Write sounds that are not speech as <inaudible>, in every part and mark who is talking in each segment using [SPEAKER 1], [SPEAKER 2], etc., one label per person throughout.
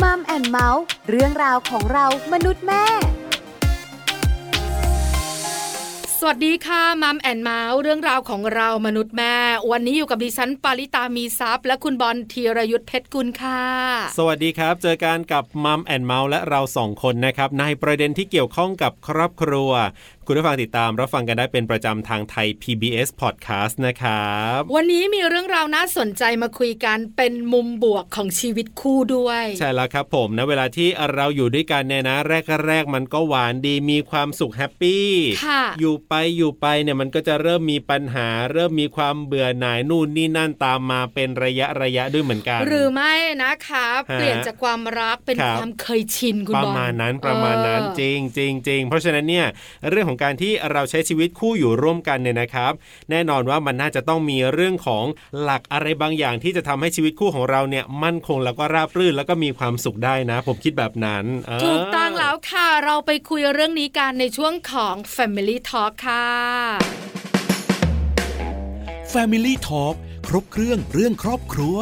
[SPEAKER 1] มัมแอนเมาส์เรื่องราวของเรามนุษย์แม่
[SPEAKER 2] สวัสดีค่ะมัมแอนเมาส์เรื่องราวของเรามนุษย์แม่ วันนี้อยู่กับดิฉันปาริตามีซัพย์ และคุณบอลธีรยุทธเพชรกุลค่ะ
[SPEAKER 3] สวัสดีครับ เจอกันกับมัมแอนเมาส์และเราสองคนนะครับ ในประเด็นที่เกี่ยวข้องกับครอบครัว คุณผู้ฟังติดตามรับฟังกันได้เป็นประจำทางไทย PBS Podcast นะครับ
[SPEAKER 2] วันนี้มีเรื่องราวน่าสนใจมาคุยกันเป็นมุมบวกของชีวิตคู่ด้วย
[SPEAKER 3] ใช่แล้วครับผมนะเวลาที่เราอยู่ด้วยกันเนี่ยนะ แรกๆมันก็หวานดีมีความสุขแฮปปี้
[SPEAKER 2] ค่ะ
[SPEAKER 3] อยู่ไปอยู่ไปเนี่ยมันก็จะเริ่มมีปัญหา เริ่มมีความเบื่อหน่ายนู่นนี่นั่นตามมาเป็นระยะระยะด้วยเหมือนกัน
[SPEAKER 2] หรือไม่นะคะเปลี่ยนจากความรักเป็น
[SPEAKER 3] ครับ
[SPEAKER 2] ความเคยชินคุณ
[SPEAKER 3] ป
[SPEAKER 2] บ
[SPEAKER 3] ระ
[SPEAKER 2] อล
[SPEAKER 3] มาณนั้นประมาณนั้น
[SPEAKER 2] เออ
[SPEAKER 3] จริงจริงจริงเพราะฉะนั้นเนี่ยเรื่องของการที่เราใช้ชีวิตคู่อยู่ร่วมกันเนี่ยนะครับ แน่นอนว่ามันน่าจะต้องมีเรื่องของหลักอะไรบางอย่างที่จะทำให้ชีวิตคู่ของเราเนี่ยมั่นคงแล้วก็ราบรื่นแล้วก็มีความสุขได้นะ ผมคิดแบบนั้นเออ
[SPEAKER 2] ถูกต้องแล้วค่ะ เราไปคุยเรื่องนี้กันในช่วงของ Family Talk ค่ะ
[SPEAKER 4] Family Talk ครบเครื่องเรื่องครอบครัว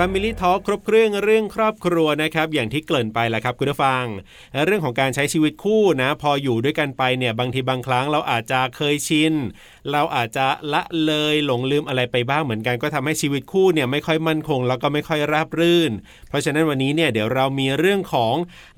[SPEAKER 3] f a m i l y Talk ครบเครื่องเรื่องครอบครัวนะครับ อย่างที่เกริ่นไปแหละครับคุณผู้ฟัง เรื่องของการใช้ชีวิตคู่นะ พออยู่ด้วยกันไปเนี่ยบางทีบางครั้งเราอาจจะเคยชิน เราอาจจะละเลยหลงลืมอะไรไปบ้างเหมือนกัน ก็ทำให้ชีวิตคู่เนี่ยไม่ค่อยมั่นคง แล้วก็ไม่ค่อยราบรื่น เพราะฉะนั้นวันนี้เนี่ยเดี๋ยวเรามีเรื่องของ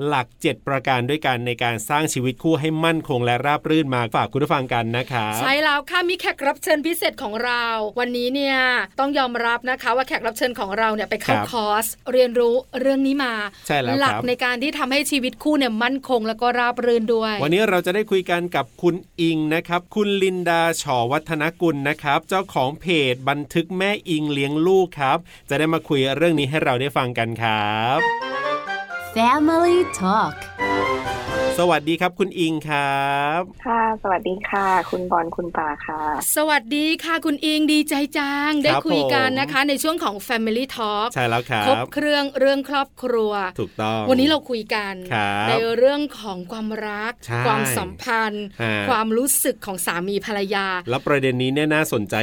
[SPEAKER 3] หลัก 7 ประการด้วยกันในการสร้างชีวิตคู่ให้มั่นคงและราบรื่นมาฝากคุณผู้ฟังกันนะครับ
[SPEAKER 2] ใช่แล้วค่ะ มีแขกรับเชิญพิเศษของเรา วันนี้เนี่ยต้องยอมรับนะคะว่าแขกรับเชิญของเราเนี่ยไปเข้า
[SPEAKER 3] ครับ
[SPEAKER 2] คอร์ส เรียนรู้เรื่องนี้มา
[SPEAKER 3] ใช่แล้วครับ
[SPEAKER 2] หลัในการที่ทำให้ชีวิตคู่เนี่ยมั่นคงแล้วก็ราบรื่นด้วย
[SPEAKER 3] วันนี้เราจะได้คุยกันกับคุณอิงนะครับ คุณลินดาชอวัฒนกุลนะครับ เจ้าของเพจบันทึกแม่อิงเลี้ยงลูกครับ จะได้มาคุยเรื่องนี้ให้เราได้ฟังกันครับ
[SPEAKER 1] Family Talk
[SPEAKER 3] สวัสดีครับคุณอิงครับ
[SPEAKER 5] ค่ะ สวัสดีค่ะ คุณบอล คุณป่าค่ะ
[SPEAKER 2] สวัสดีค่ะคุณอิงดีใจจัง ได้
[SPEAKER 3] ครับ
[SPEAKER 2] คุยกัน
[SPEAKER 3] ผม
[SPEAKER 2] นะคะ ในช่วงของ Family Talk
[SPEAKER 3] ใช่แล้วครั
[SPEAKER 2] ครบบ เครื่องเรื่องครอบครัว
[SPEAKER 3] ถูกต้อง
[SPEAKER 2] วันนี้เราคุยกัน
[SPEAKER 3] ครับ
[SPEAKER 2] ในเรื่องของความรัก
[SPEAKER 3] ใช่
[SPEAKER 2] ความสัมพันธ์
[SPEAKER 3] ฮะ
[SPEAKER 2] ความรู้สึกของสามีภรรยา
[SPEAKER 3] แล้วประเด็นนี้เนี่ยน่าสนใจ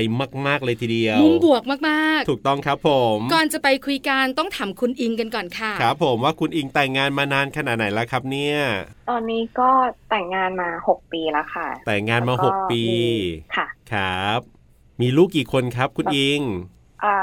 [SPEAKER 3] มาก ๆ เลยทีเดียว
[SPEAKER 2] มุมบวกมาก
[SPEAKER 3] ถูกต้องครับผม
[SPEAKER 2] ๆ ก่อนจะไปคุยกันต้องถามคุณอิงกันก่อนค่ะ
[SPEAKER 3] ครับผมว่าคุณอิงแต่งงานมานานขนาดไหนแล้วครับเนี่ย
[SPEAKER 5] ตอนนี้ก็แต่งงานมาหกปีแล้วค่ะ
[SPEAKER 3] แต่งงานมา
[SPEAKER 5] แล้ว
[SPEAKER 3] ห
[SPEAKER 5] ก็
[SPEAKER 3] กปี
[SPEAKER 5] ค่ะ
[SPEAKER 3] ครับ มีลูกกี่คนครับ คุณอิง
[SPEAKER 5] อ่า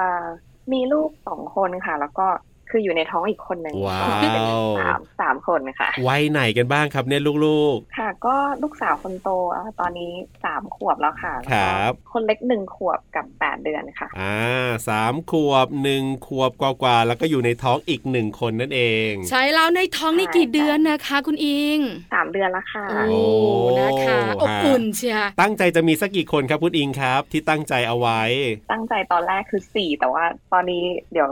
[SPEAKER 5] มีลูกสองคนค่ะ แล้วก็คืออยู่ในท้องอีกคนหนึ่ง
[SPEAKER 3] ว้าว
[SPEAKER 5] เป็นสามสามคนค่ะ
[SPEAKER 3] วัยไหนกันบ้างครับเนี่ยลูก
[SPEAKER 5] ค่ะ ก็ลูกสาวคนโตอ่ะตอนนี้สามขวบแล้วค่ะแล้วก็
[SPEAKER 3] ครับ
[SPEAKER 5] คนเล็กหนึ่งขวบกับแปดเดือนค่ะ
[SPEAKER 3] ๆ อ่าสามขวบหนึ่งขวบกว่าๆ แล้วก็อยู่ในท้องอีกหนึ่งคนนั่นเอง
[SPEAKER 2] ใช้แล้วในท้องนี่
[SPEAKER 5] ใช่
[SPEAKER 2] กี่เดือนนะคะ คุณอิง
[SPEAKER 5] สามเดือนแล้วค่ะ
[SPEAKER 2] โอ้นะคะ
[SPEAKER 3] ฮะ
[SPEAKER 2] อบอุ่นเชียร์
[SPEAKER 3] ตั้งใจจะมีสักกี่คนครับคุณอิงครับ ที่ตั้งใจเอาไว้
[SPEAKER 5] ตั้งใจตอนแรกคือสี่แต่ว่าตอนนี้เดี๋ยว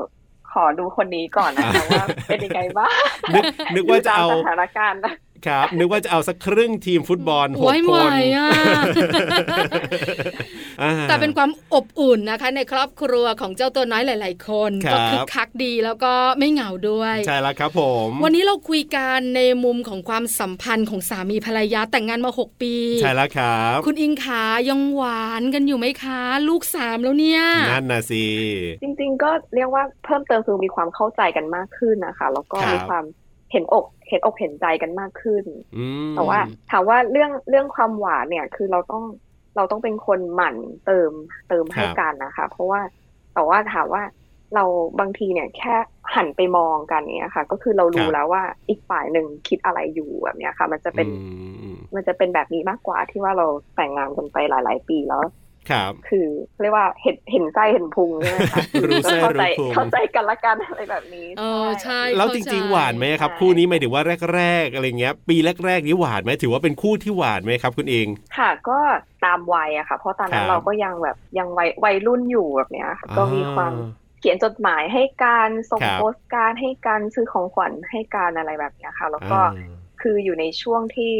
[SPEAKER 5] ขอดูคนนี้ก่อน
[SPEAKER 3] <laughs>
[SPEAKER 5] นะคะว่าเป็นยังไงบ้าง
[SPEAKER 3] นึ
[SPEAKER 2] <laughs>
[SPEAKER 3] กนึกว่าจะเอา
[SPEAKER 5] ดูตมสถานการณ์นะ
[SPEAKER 3] ครับ นึกว่าจะเอาสักครึ่งทีมฟุตบอลหก
[SPEAKER 2] โอ้ย
[SPEAKER 3] ค
[SPEAKER 2] ไหวน อ่ะ
[SPEAKER 3] <laughs> อ่า
[SPEAKER 2] แต่เป็นความอบอุ่นนะคะ ในครอบครัวของเจ้าตัวน้อยหลาย ๆ คน
[SPEAKER 3] ครับ
[SPEAKER 2] ก็คึกคักดีแล้วก็ไม่เหงาด้วย
[SPEAKER 3] ใช่แล้วครับผม
[SPEAKER 2] วันนี้เราคุยกันในมุมของความสัมพันธ์ของสามีภรรยาแต่งงานมา 6 ปี
[SPEAKER 3] ใช่แล้วครับ
[SPEAKER 2] คุณอิงขายังหวานกันอยู่ไหมคะ ลูกสามแล้วเนี่ย
[SPEAKER 3] นั่นน่ะสิ
[SPEAKER 5] จริงๆ ก็เรียกว่าเพิ่มเติมคือมีความเข้าใจกันมากขึ้นนะคะ แล้วก็
[SPEAKER 3] ครับ
[SPEAKER 5] มีความเห็นอกเห็นอกเห็นใจกันมากขึ้น
[SPEAKER 3] อืม
[SPEAKER 5] แต่ว่าถามว่าเรื่องเรื่องความหวานเนี่ยคือเราต้องเราต้องเป็นคนหมั่นเติมเติม
[SPEAKER 3] ค
[SPEAKER 5] ให้
[SPEAKER 3] รับ
[SPEAKER 5] กันนะคะ เพราะว่าแต่ว่าถามว่าเราบางทีเนี่ยแค่หันไปมองกันเนี่ยค่ะ ก็คือเรารู้แล้วว่าอีกฝ่ายหนึ่งคิดอะไรอยู่แบบเนี้ยค่ะ มันจะเป็น
[SPEAKER 3] อืม
[SPEAKER 5] มันจะเป็นแบบนี้มากกว่าที่ว่าเราแต่งงานกันไปหลาย ๆ ปีแล้ว
[SPEAKER 3] ครับ
[SPEAKER 5] คือเรียกว่าเห็นเห็นไส้เห็นพุงใช่ไหมคะ
[SPEAKER 3] รู้ไส้
[SPEAKER 5] เข้าใจ
[SPEAKER 3] รู้พุง
[SPEAKER 5] เข้าใจกันละกันอะไรแบบนี้
[SPEAKER 2] เออใช่
[SPEAKER 3] แล้วจริงๆ หวานไหมครับ คู่นี้หมายถึงว่าแรก ๆ อะไรเงี้ย ปีแรก ๆ นี้หวานไหมถือว่าเป็นคู่ที่หวานไหมครับคุณเอง
[SPEAKER 5] ค่ะก็ตามวัยอะค่ะ เพราะตอนนั้
[SPEAKER 3] ครั
[SPEAKER 5] น
[SPEAKER 3] บ
[SPEAKER 5] เราก็ยังแบบยังวัยวัยรุ่นอยู่แบบเนี้ยค่ะก็มีความ
[SPEAKER 3] อ่
[SPEAKER 5] เขียนจดหมายให้การส่ง
[SPEAKER 3] ครับ
[SPEAKER 5] โปสการ์ดให้การซื้อของขวัญให้การอะไรแบบเนี้ยค่ะ แล้วก็
[SPEAKER 3] อ่า
[SPEAKER 5] คืออยู่ในช่วงที่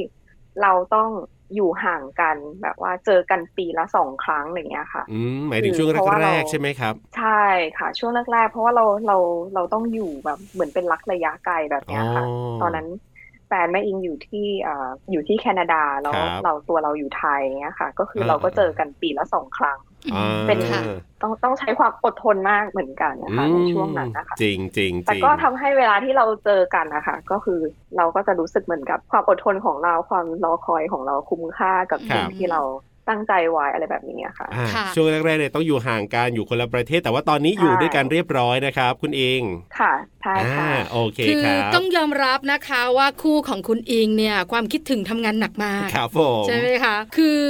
[SPEAKER 5] เราต้องอยู่ห่างกันแบบว่าเจอกันปีละสองครั้งอย่างเงี้ยค่ะ
[SPEAKER 3] อืมหมายถึงช่วง
[SPEAKER 5] เพราะว่า
[SPEAKER 3] แร
[SPEAKER 5] เรา
[SPEAKER 3] กๆใช่ไหมครับ
[SPEAKER 5] ใช่ค่ะ ช่วงแรกๆเพราะว่าเราเราเราต้องอยู่แบบเหมือนเป็นรักระยะไกลแบบเนี้ยค่ะ
[SPEAKER 3] อ๋อ
[SPEAKER 5] ตอนนั้นแฟนแม่อิงอยู่ที่เอ่ออยู่ที่แคนาดาแล้ว
[SPEAKER 3] ครับ
[SPEAKER 5] เราตัวเราอยู่ไทยเงี้ยค่ะ ก็คืออา เราก็
[SPEAKER 3] อ่า
[SPEAKER 5] เจอกันปีละสองครั้ง
[SPEAKER 3] อ่า
[SPEAKER 5] เป็น
[SPEAKER 2] ค่ะ
[SPEAKER 5] ต้องต้องใช้ความอดทนมากเหมือนกันนะคะในช่วงนั้นนะคะ
[SPEAKER 3] จริงจริงจ
[SPEAKER 5] แต่
[SPEAKER 3] ริง
[SPEAKER 5] ก็ทำให้เวลาที่เราเจอกันนะคะก็คือเราก็จะรู้สึกเหมือนกับความอดทนของเราความรอคอยของเราคุ้มค่ากับสิ่งที่เราตั้งใจไว้อะไรแบบนี้ค่ะ
[SPEAKER 3] อ่า
[SPEAKER 2] ค่ะ
[SPEAKER 3] ช่วงแรกๆเนี่ยต้องอยู่ห่างกันอยู่คนละประเทศ แต่ว่าตอนนี้อยู่
[SPEAKER 5] ใช่
[SPEAKER 3] ด้วยกันเรียบร้อยนะครับ คุณเอง
[SPEAKER 5] ค่ะใช่
[SPEAKER 3] อ่า
[SPEAKER 5] ค่ะ
[SPEAKER 3] โอเค
[SPEAKER 2] คือ
[SPEAKER 3] ครับ
[SPEAKER 2] ต้องยอมรับนะคะว่าคู่ของคุณอิงเนี่ยความคิดถึงทำงานหนักมาก
[SPEAKER 3] ครับผม
[SPEAKER 2] ใช่ไหมคะ คือ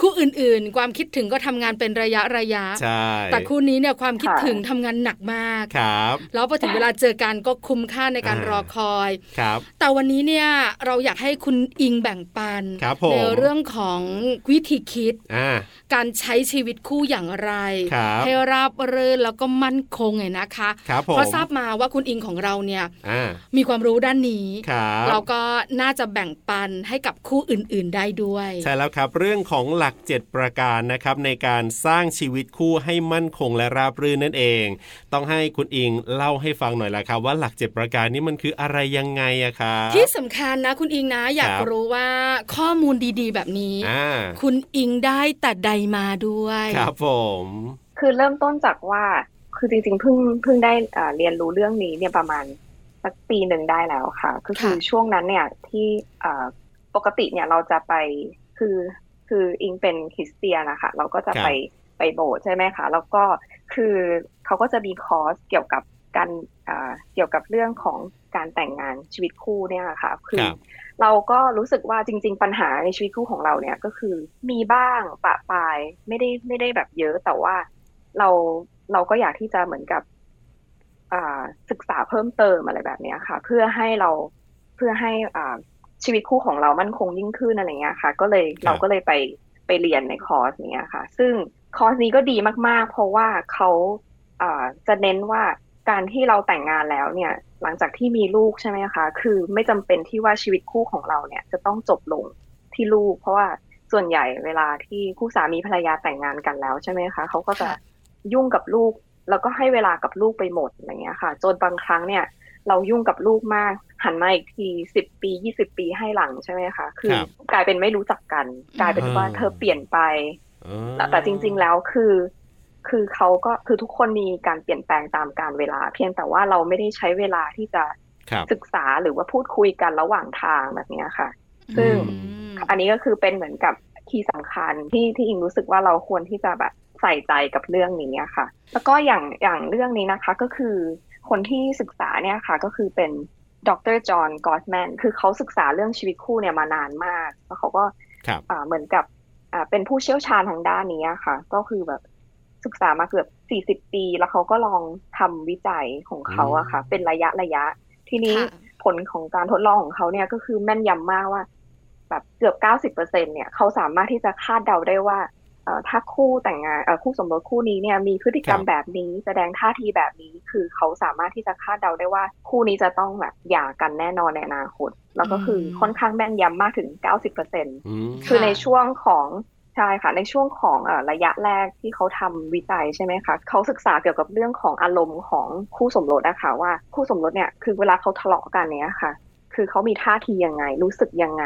[SPEAKER 2] คู่อื่นๆ ความคิดถึงก็ทำงานเป็นระยะระยะ
[SPEAKER 3] ใช่
[SPEAKER 2] แต่คู่นี้เนี่ยความคิด
[SPEAKER 5] ค่ะ
[SPEAKER 2] ถึงทำงานหนักมาก
[SPEAKER 3] ครับ
[SPEAKER 2] แล้วพอถึงเวลาเจอกันก็คุ้มค่าในการ
[SPEAKER 3] อ่าร ร
[SPEAKER 2] อคอย
[SPEAKER 3] ครับ
[SPEAKER 2] แต่วันนี้เนี่ยเราอยากให้คุณอิงแบ่งปัน
[SPEAKER 3] ครับผม
[SPEAKER 2] ในเรื่องของวิธีคิด
[SPEAKER 3] อ่า
[SPEAKER 2] การใช้ชีวิตคู่อย่างไร
[SPEAKER 3] ครับ
[SPEAKER 2] ให้ราบรื่นแล้วก็มั่นคงไงนะคะ
[SPEAKER 3] ครับผม
[SPEAKER 2] เพราะทราบมาว่าคุณอิงของเราเนี่ย
[SPEAKER 3] อ่า
[SPEAKER 2] มีความรู้ด้านนี้
[SPEAKER 3] ครับ
[SPEAKER 2] เราก็น่าจะแบ่งปันให้กับคู่อื่นๆได้ด้วย
[SPEAKER 3] ใช่แล้วครับเรื่องของหลัก 7 ประการนะครับในการสร้างชีวิตคู่ให้มั่นคงและราบรื่นนั่นเอง ต้องให้คุณอิงเล่าให้ฟังหน่อยละครับ ว่าหลัก 7 ประการนี้มันคืออะไรยังไงอะครับ
[SPEAKER 2] ที่สำคัญนะคุณอิงนะอยาก
[SPEAKER 3] ครับ
[SPEAKER 2] รู้ว่าข้อมูลดีๆ แบบนี้
[SPEAKER 3] อ่า
[SPEAKER 2] คุณอิงได้แต่ใดมาด้วย
[SPEAKER 3] ครับผม
[SPEAKER 5] คือเริ่มต้นจากว่าคือจริงๆเพิ่งเพิ่งได้อ่าเรียนรู้เรื่องนี้เนี่ยประมาณสักปีหนึ่งได้แล้วค่ะ ก็คือ
[SPEAKER 2] ค่ะ
[SPEAKER 5] ช่วงนั้นเนี่ยที่อ่าปกติเนี่ยเราจะไปคือคืออิงเป็นคริสเตียนนะคะเราก็จะไปไปโบสถ์ใช่ไหมคะ แล้วก็คือเขาก็จะมีคอร์สเกี่ยวกับการอ่าเกี่ยวกับเรื่องของการแต่งงานชีวิตคู่เนี่ยค่ะคื
[SPEAKER 3] ค
[SPEAKER 5] อ
[SPEAKER 3] รับ
[SPEAKER 5] เราก็รู้สึกว่าจริง ๆ ปัญหาในชีวิตคู่ของเราเนี่ยก็คือมีบ้างปะปายไม่ได้ไม่ได้แบบเยอะแต่ว่าเราเราก็อยากที่จะเหมือนกับ อ่าศึกษาเพิ่มเติมอะไรแบบเนี้ยค่ะ เพื่อให้เราเพื่อให้อ่าชีวิตคู่ของเรามั่นคงยิ่งขึ้นอะไรเงี้ยค่ะ ก็เลยเราก็เลยไปไปเรียนในคอร์สเนี้ยค่ะ ซึ่งคอร์สนี้ก็ดีมาก ๆ เพราะว่าเขาอ่าจะเน้นว่าการที่เราแต่งงานแล้วเนี่ย หลังจากที่มีลูกใช่ไหมคะ คือไม่จำเป็นที่ว่าชีวิตคู่ของเราเนี่ย จะต้องจบลงที่ลูก เพราะว่าส่วนใหญ่เวลาที่คู่สามีภรรยาแต่งงานกันแล้วใช่ไหมคะเขาก็จะ
[SPEAKER 2] ค่ะ
[SPEAKER 5] ยุ่งกับลูกแล้วก็ให้เวลากับลูกไปหมดอะไรเงี้ยค่ะ จนบางครั้งเนี่ย เรายุ่งกับลูกมากหันมาอีกทีสิบปียี่สิบปีให้หลังใช่ไหมคะ คือ กลายเป็นไม่รู้จักกัน กลายเป็นว่าเธอเปลี่ยนไป
[SPEAKER 3] เออ
[SPEAKER 5] แต่จริงๆแล้วคือ คือเขาก็คือทุกคนมีการเปลี่ยนแปลงตามการเวลา เพียงแต่ว่าเราไม่ได้ใช้เวลาที่จะ
[SPEAKER 3] ครับ
[SPEAKER 5] ศึกษาหรือว่าพูดคุยกันระหว่างทางแบบเนี้ยค่ะ ซึ่ง
[SPEAKER 2] อืม
[SPEAKER 5] อันนี้ก็คือเป็นเหมือนกับคีย์สำคัญที่ที่อิงรู้สึกว่าเราควรที่จะแบบใส่ใจกับเรื่องนี้อะค่ะ แล้วก็อย่างอย่างเรื่องนี้นะคะก็คือคนที่ศึกษาเนี่ยค่ะก็คือเป็นดรจอห์นกอสแมนคือเขาศึกษาเรื่องชีวิตคู่เนี่ยมานานมาก แล้วเขาก็
[SPEAKER 3] ครับ
[SPEAKER 5] อ่าเหมือนกับอ่าเป็นผู้เชี่ยวชาญทางด้านนี้อะค่ะ ก็คือแบบศึกษามาเกือบสี่สิบ40 ปี แล้วเขาก็ลองทำวิจัยของเขาอะค่ะ เป็นระยะระยะ ทีนี้
[SPEAKER 2] ค่ะ
[SPEAKER 5] ผลของการทดลองของเขาเนี่ยก็คือแม่นยำมากว่า แบบเกือบเก้าสิบเปอร์เซ็นเนี่ยเขาสามารถที่จะคาดเดาได้ว่าเอ่อถ้าคู่แต่งงานเอ่อคู่สมรสคู่นี้เนี่ยมีพฤติกรรม
[SPEAKER 3] ครับ
[SPEAKER 5] แบบนี้ แสดงท่าทีแบบนี้ คือเขาสามารถที่จะคาดเดาได้ว่า คู่นี้จะต้องแบบหย่ากันแน่นอนในอนาคต แล้วก็คือ
[SPEAKER 2] ม
[SPEAKER 5] ค่อนข้างแม่นยำมากถึงเก้าสิบเปอร์เซ็นต
[SPEAKER 3] อืม
[SPEAKER 5] คือ
[SPEAKER 2] ค่ะ
[SPEAKER 5] ในช่วงของใช่ค่ะในช่วงของเอ่อระยะแรกที่เขาทำวิจัยใช่ไหมคะเขาศึกษาเกี่ยวกับเรื่องของอารมณ์ของคู่สมรสนะคะว่าคู่สมรสเนี่ยคือเวลาเขาทะเลาะกันเนี้ยค่ะ คือเขามีท่าทียังไง รู้สึกยังไง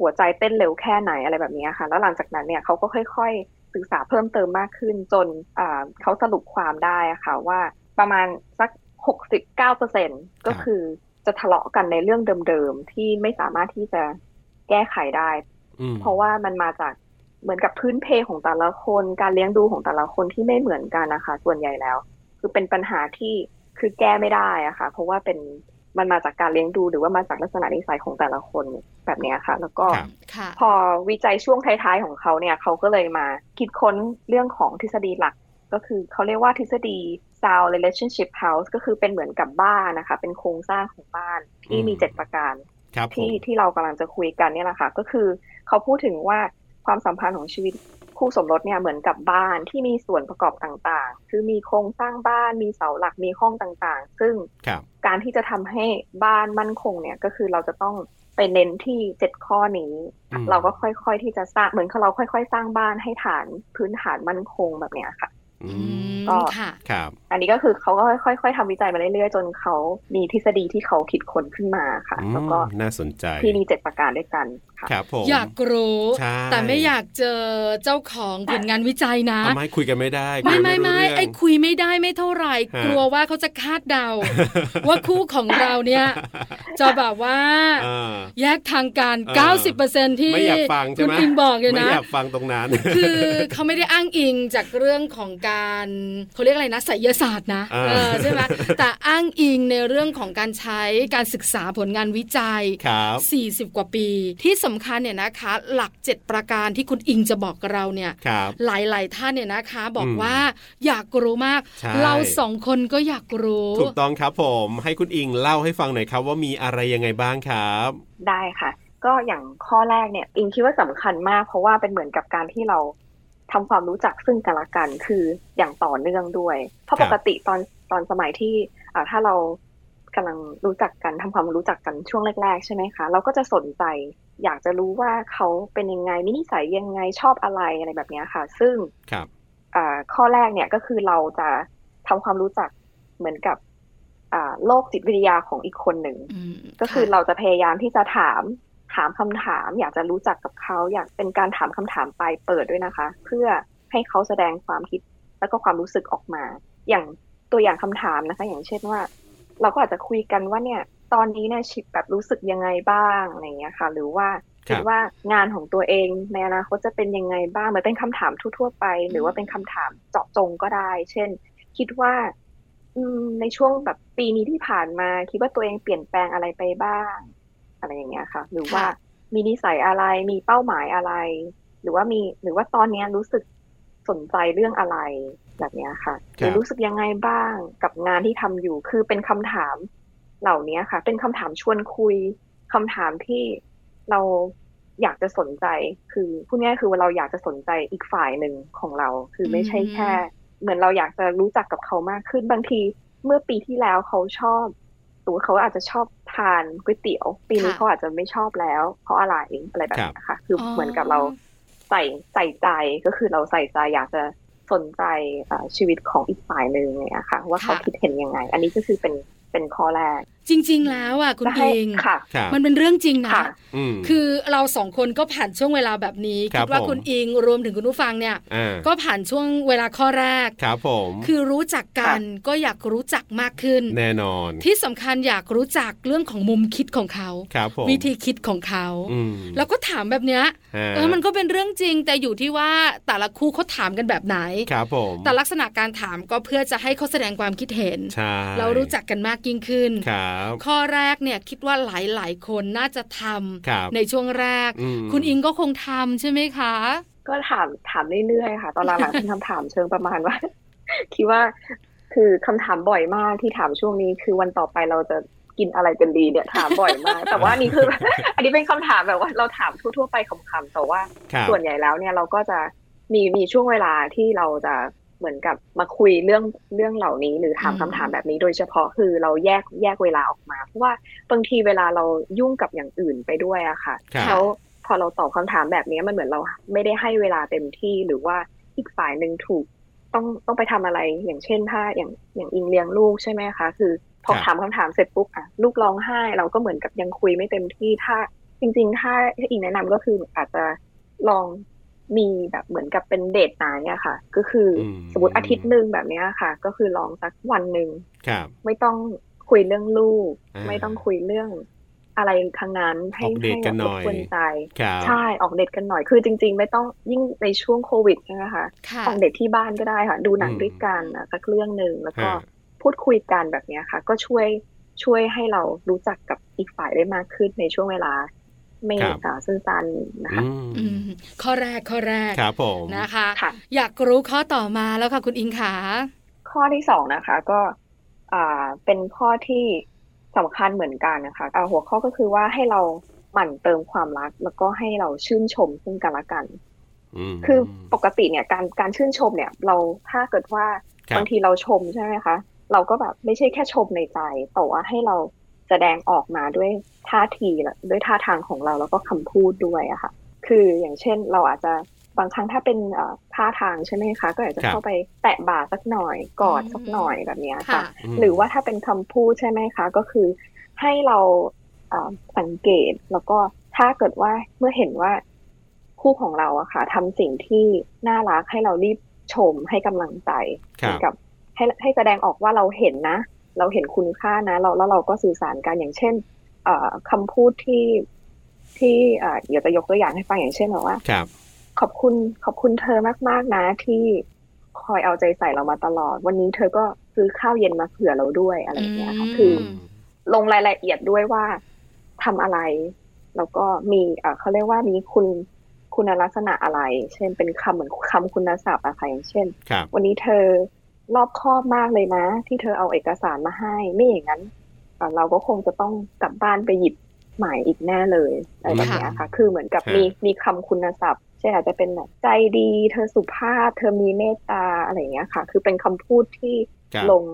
[SPEAKER 5] หัวใจเต้นเร็วแค่ไหนอะไรแบบเนี้ยค่ะ แล้วหลังจากนั้นเนี่ยเขาก็ค่อยๆ ศึกษาเพิ่มเติมมากขึ้นจนอ่าเขาสรุปความได้อะค่ะว่าประมาณสัก 69%
[SPEAKER 3] ค
[SPEAKER 5] ก็
[SPEAKER 3] รับ
[SPEAKER 5] คือจะทะเลาะกันในเรื่องเดิมๆที่ไม่สามารถที่จะแก้ไขได้
[SPEAKER 3] อืม
[SPEAKER 5] เพราะว่ามันมาจากเหมือนกับพื้นเพของแต่ละคน การเลี้ยงดูของแต่ละคนที่ไม่เหมือนกันนะคะ ส่วนใหญ่แล้ว คือเป็นปัญหาที่คือแก้ไม่ได้อะค่ะ เพราะว่าเป็นมันมาจากการเลี้ยงดูหรือว่ามาจากลักษณะนิสัยของแต่ละคนแบบเนี้ยค่ะ แล้วก็
[SPEAKER 3] ครับ
[SPEAKER 2] ค่ะ
[SPEAKER 5] พอวิจัยช่วงท้ายๆของเขาเนี่ยเขาก็เลยมาคิดค้นเรื่องของทฤษฎีหลัก ก็คือเขาเรียกว่าทฤษฎี sound relationship house ก็คือเป็นเหมือนกับบ้านนะคะ เป็นโครงสร้างของบ้านที่มีเจ็ดประการ
[SPEAKER 3] ครับผม
[SPEAKER 5] ที่ที่เรากำลังจะคุยกันเนี่ยแหละค่ะ ก็คือเขาพูดถึงว่าความสัมพันธ์ของชีวิตคู่สมรสเนี่ยเหมือนกับบ้านที่มีส่วนประกอบต่างๆ คือมีโครงสร้างบ้านมีเสาหลักมีห้องต่างๆ ซึ่ง
[SPEAKER 3] ครับ
[SPEAKER 5] การที่จะทำให้บ้านมั่นคงเนี่ยก็คือเราจะต้องไปเน้นที่เจ็ดข้อนี้
[SPEAKER 3] อืม
[SPEAKER 5] เราก็ค่อยๆที่จะสร้างเหมือนเราค่อย ๆ สร้างบ้านให้ฐานพื้นฐานมั่นคงแบบเนี้ยค่ะ
[SPEAKER 3] อื
[SPEAKER 2] อื
[SPEAKER 3] ม
[SPEAKER 2] ม
[SPEAKER 5] ก็
[SPEAKER 2] ค่ะ
[SPEAKER 3] ครับ
[SPEAKER 5] อันนี้ก็คือเขาก็ค่อยๆค่อยๆทำวิจัยมาเรื่อยๆ จนเขามีทฤษฎีที่เขาคิดค้นขึ้นมาค่ะ
[SPEAKER 3] อืม
[SPEAKER 5] แล้วก็
[SPEAKER 3] น่าสนใจ
[SPEAKER 5] ที่มีเจ็ดประการด้วยกันค่ะ
[SPEAKER 3] ครับผม
[SPEAKER 2] อยากรู้
[SPEAKER 3] ใช่
[SPEAKER 2] แต่ไม่อยากเจอเจ้าของผลงานวิจัยนะ
[SPEAKER 3] ทำไมคุยกันไม่ได้คุ
[SPEAKER 2] ไม่
[SPEAKER 3] ย
[SPEAKER 2] ไม่
[SPEAKER 3] รู้
[SPEAKER 2] ไม่
[SPEAKER 3] เรื่ง
[SPEAKER 2] ไอ้คุยไม่ได้ไม่เท่าไหร่
[SPEAKER 3] ฮะ
[SPEAKER 2] กลัวว่าเขาจะคาด
[SPEAKER 3] <laughs>
[SPEAKER 2] เดา ว่าคู่ของเราเนี่ย จะแบบว่า
[SPEAKER 3] อ่า
[SPEAKER 2] แยกทางการ
[SPEAKER 3] เออ
[SPEAKER 2] 90%ที่
[SPEAKER 3] ไม่อยากฟังใช่
[SPEAKER 2] คุณ
[SPEAKER 3] ไหม
[SPEAKER 2] อิงบอกเลย
[SPEAKER 3] ไม่
[SPEAKER 2] นะ
[SPEAKER 3] อยากฟังตรงนั้น
[SPEAKER 2] คือเขาไม่ได้อ้างอิงจากเรื่องของการเขาเรียกอะไรนะไสยศาสตร์นะ
[SPEAKER 3] อ่า
[SPEAKER 2] เออใช่ไหมแต่อ้างอิงในเรื่องของการใช้การศึกษาผลงานวิจัย
[SPEAKER 3] ครับ
[SPEAKER 2] 40 กว่าปี ที่สำคัญเนี่ยนะคะ หลัก 7 ประการที่คุณอิงจะบอกกับเราเนี่ย
[SPEAKER 3] ครับ
[SPEAKER 2] หลาย ๆ ท่านเนี่ยนะคะ บอก
[SPEAKER 3] อืม
[SPEAKER 2] ว่าอยากรู้มาก
[SPEAKER 3] ใช่
[SPEAKER 2] เราสองคนก็อยากรู้
[SPEAKER 3] ถูกต้องครับผม ให้คุณอิงเล่าให้ฟังหน่อยครับ ว่ามีอะไรยังไงบ้างครับ
[SPEAKER 5] ได้ค่ะ ก็อย่างข้อแรกเนี่ยอิงคิดว่าสำคัญมาก เพราะว่าเป็นเหมือนกับการที่เราทำความรู้จักซึ่งกันและกันคืออย่างต่อเนื่องด้วย เพราะ
[SPEAKER 3] ครั
[SPEAKER 5] ป
[SPEAKER 3] บ
[SPEAKER 5] กติตอนตอนสมัยที่อ่าถ้าเรากำลังรู้จักกันทำความรู้จักกันช่วงแรก ๆ ใช่ไหมคะ เราก็จะสนใจ อยากจะรู้ว่าเขาเป็นยังไงมินิสัยยังไงชอบอะไรอะไรแบบเนี้ยค่ะ ซึ่ง
[SPEAKER 3] ครับ
[SPEAKER 5] อ่าข้อแรกเนี่ยก็คือเราจะทำความรู้จักเหมือนกับอ่าโลกจิตวิทยาของอีกคนหนึ่ง
[SPEAKER 2] อืม
[SPEAKER 5] ก็คือ
[SPEAKER 2] ค่ะ
[SPEAKER 5] เราจะพยายามที่จะถามถามคำถาม อยากจะรู้จักกับเขา อยากเป็นการถามคำถามปลายเปิดด้วยนะคะ เพื่อให้เขาแสดงความคิดแล้วก็ความรู้สึกออกมา อย่างตัวอย่างคำถามนะคะ อย่างเช่นว่า เราก็อาจจะคุยกันว่าเนี่ย ตอนนี้เนี่ยชิปแบบรู้สึกยังไงบ้างอะไรอย่างเงี้ยค่ะ หรือว่า
[SPEAKER 3] ครับ
[SPEAKER 5] คิดว่างานของตัวเองในอนาคตจะเป็นยังไงบ้างเหมือนเป็นคำถามทั่วๆไป หรือว่าเป็นคำถามเจาะจงก็ได้ เช่น คิดว่า อืม ในช่วงแบบปีนี้ที่ผ่านมา คิดว่าตัวเองเปลี่ยนแปลงอะไรไปบ้าง อะไรอย่างเงี้ยค่ะ หรือว่ามีนิสัยอะไรมีเป้าหมายอะไร หรือว่ามี หรือว่าตอนเนี้ยรู้สึกสนใจเรื่องอะไรแบบเนี้ยค่ะหรือรู้สึกยังไงบ้างกับงานที่ทำอยู่ คือเป็นคำถามเหล่านี้ค่ะ เป็นคำถามชวนคุยคำถามที่เราอยากจะสนใจ คือพูดง่ายๆคือว่าเราอยากจะสนใจอีกฝ่ายหนึ่งของเรา คือไม่ใช่แค่ เหมือนเราอยากจะรู้จักกับเขามากขึ้นบางทีเมื่อปีที่แล้วเขาชอบหรือเขาอาจจะชอบทานก๋วยเตี๋ยว ปีนี้เขาอาจจะไม่ชอบแล้ว เพราะอะไรอะไรแบบนี้นะคะคือเหมือนกับเราใส่ใส่ใจก็คือเราใส่ใจอยากจะสนใจเอ่อชีวิตของอีกฝ่ายหนึ่งเนี่ยค่ะ ว่าเขา
[SPEAKER 2] ค่ะ
[SPEAKER 5] คิดเห็นยังไง อันนี้ก็คือเป็นเป็นข้อแรก
[SPEAKER 2] จริง ๆ แล้วอ่ะคุณ
[SPEAKER 5] ก็ให้
[SPEAKER 2] อิง
[SPEAKER 5] ค่ะ
[SPEAKER 3] ครับ
[SPEAKER 2] มันเป็นเรื่องจริงนะ
[SPEAKER 5] ค่ะ
[SPEAKER 3] อืม
[SPEAKER 2] คือเราสองคนก็ผ่านช่วงเวลาแบบนี้
[SPEAKER 3] ครั
[SPEAKER 2] คิ
[SPEAKER 3] บ
[SPEAKER 2] ดว่า
[SPEAKER 3] ผม
[SPEAKER 2] คุณอิงรวมถึงคุณผู้ฟังเนี่ย
[SPEAKER 3] อ่า
[SPEAKER 2] ก็ผ่านช่วงเวลาข้อแรก
[SPEAKER 3] ครับผม
[SPEAKER 2] คือรู้จักกันก็อยากรู้จักมากขึ้น
[SPEAKER 3] แน่นอน
[SPEAKER 2] ที่สำคัญอยากรู้จักเรื่องของมุมคิดของเขา
[SPEAKER 3] ครับผม
[SPEAKER 2] วิธีคิดของเขา
[SPEAKER 3] อืม
[SPEAKER 2] แล้วก็ถามแบบเนี้ย
[SPEAKER 3] ฮะ
[SPEAKER 2] เออมันก็เป็นเรื่องจริง แต่อยู่ที่ว่าแต่ละคู่เขาถามกันแบบไหน
[SPEAKER 3] ครับผม
[SPEAKER 2] แต่ลักษณะการถามก็เพื่อจะให้เขาแสดงความคิดเห็น
[SPEAKER 3] ใช่
[SPEAKER 2] เรารู้จักกันมากยิ่งขึ้น
[SPEAKER 3] ครับ
[SPEAKER 2] ข้อแรกเนี่ยคิดว่าหลาย ๆ คนน่าจะทำ
[SPEAKER 3] ครับ
[SPEAKER 2] ในช่วงแรก
[SPEAKER 3] ม
[SPEAKER 2] คุณอิงก็คงทำใช่ไหมคะ
[SPEAKER 5] ก็ถามถามเรื่อยๆค่ะ ตอนหลังๆเป็นคำถามเชิงประมาณว่า <laughs> คิดว่าคือคำถามบ่อยมากที่ถามช่วงนี้ คือวันต่อไปเราจะกินอะไรเป็นดีเนี่ยถามบ่อยมาก แต่ว่าอันนี้คือ <laughs> อันนี้เป็นคำถามแบบว่าเราถามทั่วๆไปคำๆแต่ว่า
[SPEAKER 3] ครับ
[SPEAKER 5] ส่วนใหญ่แล้วเนี่ยเราก็จะมีมีช่วงเวลาที่เราจะเหมือนกับมาคุยเรื่องเรื่องเหล่านี้ หรือถาม
[SPEAKER 2] อืม
[SPEAKER 5] คำถามแบบนี้ โดยเฉพาะคือเราแยกแยกเวลาออกมา เพราะว่าบางทีเวลาเรายุ่งกับอย่างอื่นไปด้วยอะค่ะ
[SPEAKER 3] ครับ
[SPEAKER 5] แล้วพอเราตอบคำถามแบบนี้มันเหมือนเราไม่ได้ให้เวลาเต็มที่หรือว่าอีกฝ่ายหนึ่งถูกต้องต้องไปทำอะไรอย่างเช่นถ้าอย่างอย่างอิงเลี้ยงลูกใช่ไหมคะคือ พอ
[SPEAKER 3] ครับ
[SPEAKER 5] ถามคำถามเสร็จปุ๊บอ่ะลูกร้องไห้ เราก็เหมือนกับยังคุยไม่เต็มที่ถ้าจริง ๆ ถ้าถ้าอิงแนะนำก็คืออาจจะลองมีแบบเหมือนกับเป็นเดทนายอะค่ะ ก็คืออ
[SPEAKER 3] ม
[SPEAKER 5] สมมติอาทิตย์หนึ่งแบบเนี้ยค่ะ ก็คือลองสักวันหนึ่ง
[SPEAKER 3] ครับ
[SPEAKER 5] ไม่ต้องคุยเรื่องลูก
[SPEAKER 3] อ่า
[SPEAKER 5] ไม่ต้องคุยเรื่องอะไรทางนั้นให้
[SPEAKER 3] ออกเดท
[SPEAKER 5] ให้
[SPEAKER 3] กันหน่อย
[SPEAKER 5] รบกวนใจ
[SPEAKER 3] ครับ
[SPEAKER 5] ใช่ออกเดทกันหน่อยคือจริง ๆ ไม่ต้องยิ่งในช่วงโควิดใช่ไหมคะ
[SPEAKER 2] ค่ะ
[SPEAKER 5] ออกเดทที่บ้านก็ได้ค่ะ ดูหนังด้วยกันอ่ะสักเรื่องหนึ่งแล้วก็
[SPEAKER 3] ฮะ
[SPEAKER 5] พูดคุยกันแบบเนี้ยค่ะ ก็ช่วยช่วยให้เรารู้จักกับอีกฝ่ายได้มากขึ้นในช่วงเวลา ไม่
[SPEAKER 3] ครับ
[SPEAKER 5] อ่าสั้นๆนะคะ
[SPEAKER 3] อืม
[SPEAKER 2] อืมข้อแรกข้อแรก
[SPEAKER 3] ครับผม
[SPEAKER 2] นะคะ
[SPEAKER 5] ค่ะ
[SPEAKER 2] อยากรู้ข้อต่อมาแล้วค่ะคุณอิงขา
[SPEAKER 5] ข้อที่สองนะคะ ก็อ่าเป็นข้อที่สำคัญเหมือนกันนะคะอ่าหัวข้อก็คือว่าให้เราหมั่นเติมความรัก แล้วก็ให้เราชื่นชมซึ่งกันและกัน
[SPEAKER 3] ม
[SPEAKER 5] คือปกติเนี่ยการการชื่นชมเนี่ย เราถ้าเกิดว่า
[SPEAKER 3] ครับ
[SPEAKER 5] บางทีเราชมใช่ไหมคะ เราก็แบบไม่ใช่แค่ชมในใจ แต่ว่าให้เราแสดงออกมาด้วยท่าทีและด้วยท่าทางของเราแล้วก็คำพูดด้วยอะค่ะ คืออย่างเช่นเราอาจจะ บางครั้งถ้าเป็นเอ่อท่าทางใช่ไหมคะ ก็อาจจะ
[SPEAKER 3] ครับ
[SPEAKER 5] เข้าไปแตะบ่าสักหน่อยกอด
[SPEAKER 2] อืม
[SPEAKER 5] สักหน่อยแบบเนี้ย
[SPEAKER 2] ค่ะ
[SPEAKER 5] ค่ะ หรือว่าถ้าเป็นคำพูดใช่ไหมคะ ก็คือให้เราเอ่อสังเกตแล้วก็ถ้าเกิดว่าเมื่อเห็นว่าคู่ของเราอะค่ะทำสิ่งที่น่ารักให้เรารีบชมให้กำลังใจ
[SPEAKER 3] ครั
[SPEAKER 5] เหมื
[SPEAKER 3] บ
[SPEAKER 5] อนกับให้ให้แสดงออกว่าเราเห็นนะ เราเห็นคุณค่านะ เราแล้วเราก็สื่อสารกันอย่างเช่น เอ่อคำพูดที่ที่เอ่อเดี๋ยวจะยกตัวอย่างให้ฟังอย่างเช่นแบบว่า
[SPEAKER 3] ครับ
[SPEAKER 5] ขอบคุณขอบคุณเธอมาก ๆ นะที่คอยเอาใจใส่เรามาตลอด วันนี้เธอก็ซื้อข้าวเย็นมาเผื่อเราด้วยอะไรอย่างเงี้ยค่ะ
[SPEAKER 2] อืม
[SPEAKER 5] คือลงรายละเอียดด้วยว่าทำอะไร แล้วก็มีเอ่อเขาเรียกว่ามีคุณคุณลักษณะอะไร เช่นเป็นคำเหมือนคำคุณศัพท์อะค่ะอย่างเช่น
[SPEAKER 3] ครับ
[SPEAKER 5] วันนี้เธอรอบคอบมากเลยนะ ที่เธอเอาเอกสารมาให้ ไม่อย่างนั้นเอ่อเราก็คงจะต้องกลับบ้านไปหยิบหมายอีกแน่เลยอะไรแบบเนี้ยค่ะ คือเหมือนกับ
[SPEAKER 3] ค่ะ
[SPEAKER 5] มีมีคำคุณศัพท์เช่นอาจจะเป็นแบบใจดี เธอสุภาพ เธอมีเมตตาอะไรอย่างเงี้ยค่ะ คือเป็นคำพูดที่
[SPEAKER 3] ครับ
[SPEAKER 5] ลง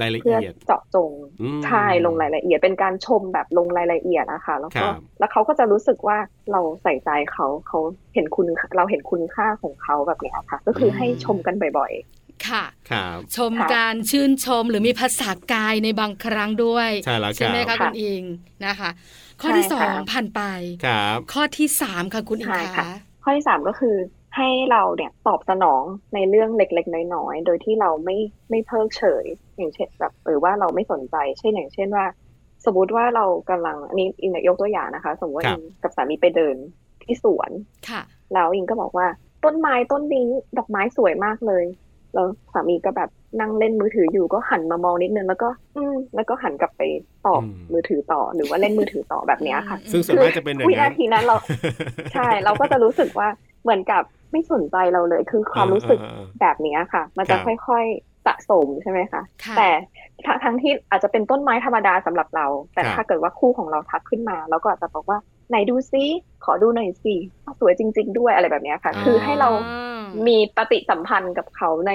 [SPEAKER 3] รายละ
[SPEAKER 5] เพื่อ
[SPEAKER 3] เอียด
[SPEAKER 5] เจาะจง
[SPEAKER 3] อืม
[SPEAKER 5] ใช่ลงรายละเอียดเป็นการชมแบบลงรายละเอียดนะคะแล้วก็
[SPEAKER 3] ครับ
[SPEAKER 5] แล้วเขาก็จะรู้สึกว่าเราใส่ใจเขาเขาเห็นคุณเราเห็นคุณค่าของเขาแบบเนี้ยค่ะ ก็คือให้ชมกันบ่อย ๆ
[SPEAKER 2] ค่ะ
[SPEAKER 3] ครับ
[SPEAKER 2] ชม
[SPEAKER 5] ค่ะ
[SPEAKER 2] การชื่นชมหรือมีภาษากายในบางครั้งด้วย
[SPEAKER 3] ใช่แล้ว
[SPEAKER 2] ไหม
[SPEAKER 3] ครั
[SPEAKER 2] คะ
[SPEAKER 3] บ
[SPEAKER 2] คุณอิงนะคะ ข้อ
[SPEAKER 5] ใช่
[SPEAKER 2] ที่สอง
[SPEAKER 5] ค่ะ
[SPEAKER 2] ผ่านไป
[SPEAKER 3] ครับ
[SPEAKER 2] ข้อที่สามค่ะคุณอิง
[SPEAKER 5] ใช่
[SPEAKER 2] ค่ะ
[SPEAKER 5] ค่ะ ข้อที่สามก็คือให้เราเนี่ยตอบสนองในเรื่องเล็กๆ น้อยๆ โดยที่เราไม่ไม่เพิกเฉย อย่างเช่นแบบหรือว่าเราไม่สนใจ เช่นอย่างเช่นว่า สมมติว่าเรากำลังอันนี้อิงยกตัวอย่างนะคะ สมมติว่า
[SPEAKER 3] ครั
[SPEAKER 5] อิ
[SPEAKER 3] บ
[SPEAKER 5] งกับสามีไปเดินที่สวน
[SPEAKER 2] ค่ะ
[SPEAKER 5] แล้วอิงก็บอกว่าต้นไม้ต้นนี้ดอกไม้สวยมากเลย แล้วสามีก็แบบนั่งเล่นมือถืออยู่ก็หันมามองนิดนึงแล้วก็ อืมแล้วก็หันกลับไปตอบ
[SPEAKER 3] อืม
[SPEAKER 5] มือถือต่อหรือว่าเล่นมือถือต่อแบบเนี้ยค่ะ
[SPEAKER 3] ซึ่งส่วนมากจะเป็นแบบ
[SPEAKER 5] วิ
[SPEAKER 3] นั้
[SPEAKER 5] นาที
[SPEAKER 3] <laughs>
[SPEAKER 5] นั้นเรา ใช่ เราก็จะรู้สึกว่าเหมือนกับไม่สนใจเราเลย คือความรู้สึก
[SPEAKER 3] เออเออเออ
[SPEAKER 5] แบบเนี้ยค่ะ มันจะ
[SPEAKER 3] ครับ
[SPEAKER 5] ค่อยๆสะสมใช่ไหมคะ
[SPEAKER 2] ค่ะ
[SPEAKER 5] แต่ทั้งทั้งที่อาจจะเป็นต้นไม้ธรรมดาสำหรับเรา แต่
[SPEAKER 3] ครับ
[SPEAKER 5] ถ้าเกิดว่าคู่ของเราทักขึ้นมา เราก็อาจจะบอกว่าไหนดูซิขอดูหน่อยสิอ้าวสวยจริง ๆ ด้วยอะไรแบบเนี้ยค่ะ คือให้เรามีปฏิสัมพันธ์กับเขาใน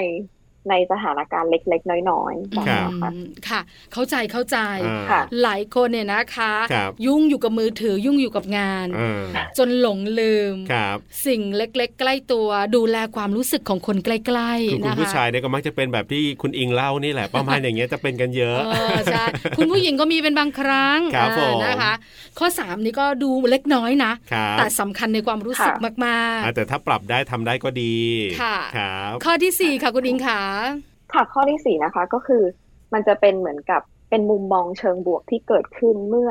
[SPEAKER 5] ในสถานการณ์เล็กๆ น้อยๆแบบ
[SPEAKER 2] อื
[SPEAKER 5] เนี้ยค่ะ
[SPEAKER 2] มค่ะ เข้าใจเข้าใจ
[SPEAKER 3] อ่า
[SPEAKER 5] ค่ะ
[SPEAKER 2] หลายคนเนี่ยนะคะ
[SPEAKER 3] ครับ
[SPEAKER 2] ยุ่งอยู่กับมือถือยุ่งอยู่กับงาน
[SPEAKER 3] เออ
[SPEAKER 2] จนหลงลืม
[SPEAKER 3] ครับ
[SPEAKER 2] สิ่งเล็กๆ ใกล้ตัว ดูแลความรู้สึกของคนใกล้ๆ
[SPEAKER 3] คือคุ
[SPEAKER 2] นะ
[SPEAKER 3] ณ
[SPEAKER 2] คะ
[SPEAKER 3] ผู้ชายเนี่ยก็มักจะเป็นแบบที่คุณอิงเล่า
[SPEAKER 2] <laughs>
[SPEAKER 3] นี่แหละ ประมาณอย่างเงี้ยจะเป็นกันเย
[SPEAKER 2] เออ
[SPEAKER 3] อะ
[SPEAKER 2] ใช่คุณผู้หญิงก็มีเป็นบางครั้ง
[SPEAKER 3] ครับ
[SPEAKER 2] อ่า
[SPEAKER 3] ผม
[SPEAKER 2] นะคะ ข้อ 3 นี่ก็ดูเล็กน้อยนะ
[SPEAKER 3] ครับ
[SPEAKER 2] แต่สำคัญในความรู้สึก
[SPEAKER 5] ค่ะ
[SPEAKER 2] มาก
[SPEAKER 3] อ่ะแต่ถ้าปรับได้ทำได้ก็ดี
[SPEAKER 2] ค่ะ
[SPEAKER 3] ครับ
[SPEAKER 2] ๆ ข้อทีสี่4 ค่ะคุณอิงค่ะ
[SPEAKER 5] ค่ะข้อที่สี่นะคะก็คือมันจะเป็นเหมือนกับเป็นมุมมองเชิงบวกที่เกิดขึ้นเมื่อ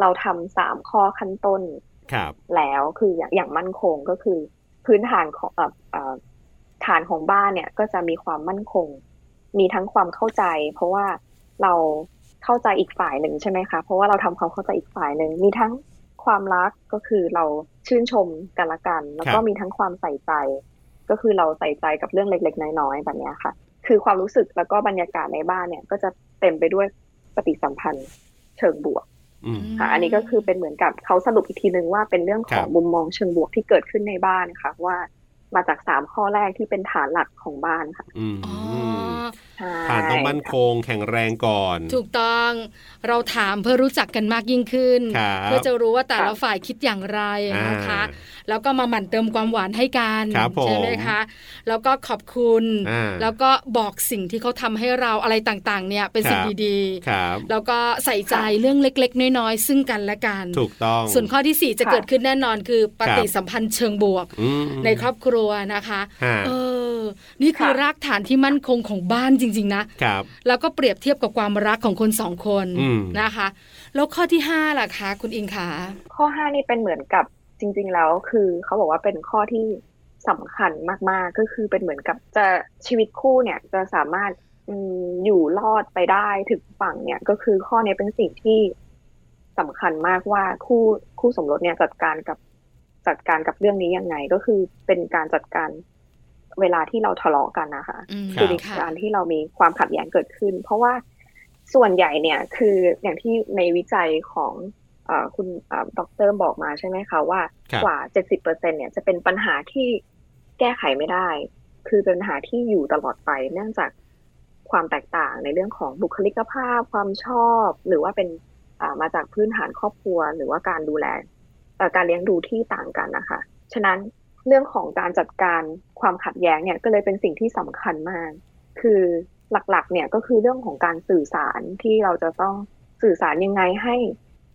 [SPEAKER 5] เราทำสามข้อขั้นต้น
[SPEAKER 3] ครับ
[SPEAKER 5] แล้วคืออย่างอย่างมั่นคงก็คือพื้นฐานของเอ่อเอ่อฐานของบ้านเนี่ยก็จะมีความมั่นคง มีทั้งความเข้าใจ เพราะว่าเราเข้าใจอีกฝ่ายหนึ่งใช่ไหมคะเพราะว่าเราทำความเข้าใจอีกฝ่ายหนึ่งมีทั้งความรักก็คือเราชื่นชมกันละกัน แล้วก็มีทั้งความใส่ใจ ก็คือเราใส่ใจกับเรื่องเล็ก ๆ น้อยๆแบบเนี้ยค่ะ คือความรู้สึกแล้วก็บรรยากาศในบ้านเนี่ย ก็จะเต็มไปด้วยปฏิสัมพันธ์เชิงบวก
[SPEAKER 3] อืม
[SPEAKER 5] ค่ะ อันนี้ก็คือเป็นเหมือนกับเขาสรุปอีกทีนึงว่าเป็นเรื่องข
[SPEAKER 3] ครั
[SPEAKER 5] อง
[SPEAKER 3] บ
[SPEAKER 5] มุมมองเชิงบวกที่เกิดขึ้นในบ้านนะคะว่ามาจากสามข้อแรกที่เป็นฐานหลักของบ้านค่ะ
[SPEAKER 3] อืม
[SPEAKER 2] อ๋อ
[SPEAKER 5] ใช่
[SPEAKER 3] ผ่านต้องมั่นคงแข็งแรงก่อน
[SPEAKER 2] ถูกต้องเราถามเพื่อรู้จักกันมากยิ่งขึ้น
[SPEAKER 3] ครับ
[SPEAKER 2] เพื่อจะรู้ว่าแต่ละฝ่ายคิดอย่างไรนะคะ
[SPEAKER 3] อ่า
[SPEAKER 2] แล้วก็มาหมั่นเติมความหวานให้กัน
[SPEAKER 3] ครับผม
[SPEAKER 2] ใช่ไหมคะ แล้วก็ขอบคุณ
[SPEAKER 3] อ่า
[SPEAKER 2] แล้วก็บอกสิ่งที่เขาทำให้เราอะไรต่างๆ เนี่ยเป็นสิ่ง
[SPEAKER 3] ครับ
[SPEAKER 2] ดี
[SPEAKER 3] ครับ
[SPEAKER 2] ๆ แล้วก็ใส่ใจเรื่องเล็กๆ น้อยๆ ซึ่งกันและกัน
[SPEAKER 3] ถูกต้อง
[SPEAKER 2] ส่วนข้อที่ 4 จะเกิดขึ้นแน่นอนคือปฏิสัมพันธ์เชิงบวก
[SPEAKER 3] อืม
[SPEAKER 2] ในครอบครัวนะคะ
[SPEAKER 3] ฮะ
[SPEAKER 2] เออนี่คือรากฐานที่มั่นคงของบ้านจริง ๆ นะ
[SPEAKER 3] ครับ
[SPEAKER 2] แล้วก็เปรียบเทียบกับความรักของคนสองคน
[SPEAKER 3] อืม
[SPEAKER 2] นะคะ แล้วข้อที่5ล่ะคะคุณอิงขา
[SPEAKER 5] ข้อห้านี่เป็นเหมือนกับจริง ๆ แล้วคือเขาบอกว่าเป็นข้อที่สำคัญมากๆ ก็คือเป็นเหมือนกับจะชีวิตคู่เนี่ยจะสามารถอืมอยู่รอดไปได้ถึงฝั่งเนี่ยก็คือข้อนี้เป็นสิ่งที่สำคัญมากว่าคู่คู่สมรสเนี่ยจัดการกับจัดการกับเรื่องนี้ยังไงก็คือเป็นการจัดการเวลาที่เราทะเลาะกันนะคะ
[SPEAKER 2] อืม
[SPEAKER 3] ค
[SPEAKER 5] คื
[SPEAKER 3] รับ
[SPEAKER 5] อใน
[SPEAKER 2] ค่ะ
[SPEAKER 5] การที่เรามีความขัดแย้งเกิดขึ้น เพราะว่าส่วนใหญ่เนี่ยคืออย่างที่ในวิจัยของเออคุณด็อกเตอร์บอกมาใช่ไหมคะว่า
[SPEAKER 3] ครับ
[SPEAKER 5] กว่า 70%เนี่ยจะเป็นปัญหาที่แก้ไขไม่ได้ คือเป็นปัญหาที่อยู่ตลอดไป เนื่องจากความแตกต่างในเรื่องของบุคลิกภาพ ความชอบ หรือว่าเป็นอ่ามาจากพื้นฐานครอบครัว หรือว่าการดูแลเอ่อการเลี้ยงดูที่ต่างกันนะคะ ฉะนั้น เรื่องของการจัดการความขัดแย้งเนี่ยก็เลยเป็นสิ่งที่สำคัญมาก คือหลักๆ เนี่ยก็คือเรื่องของการสื่อสารที่เราจะต้องสื่อสารยังไงให้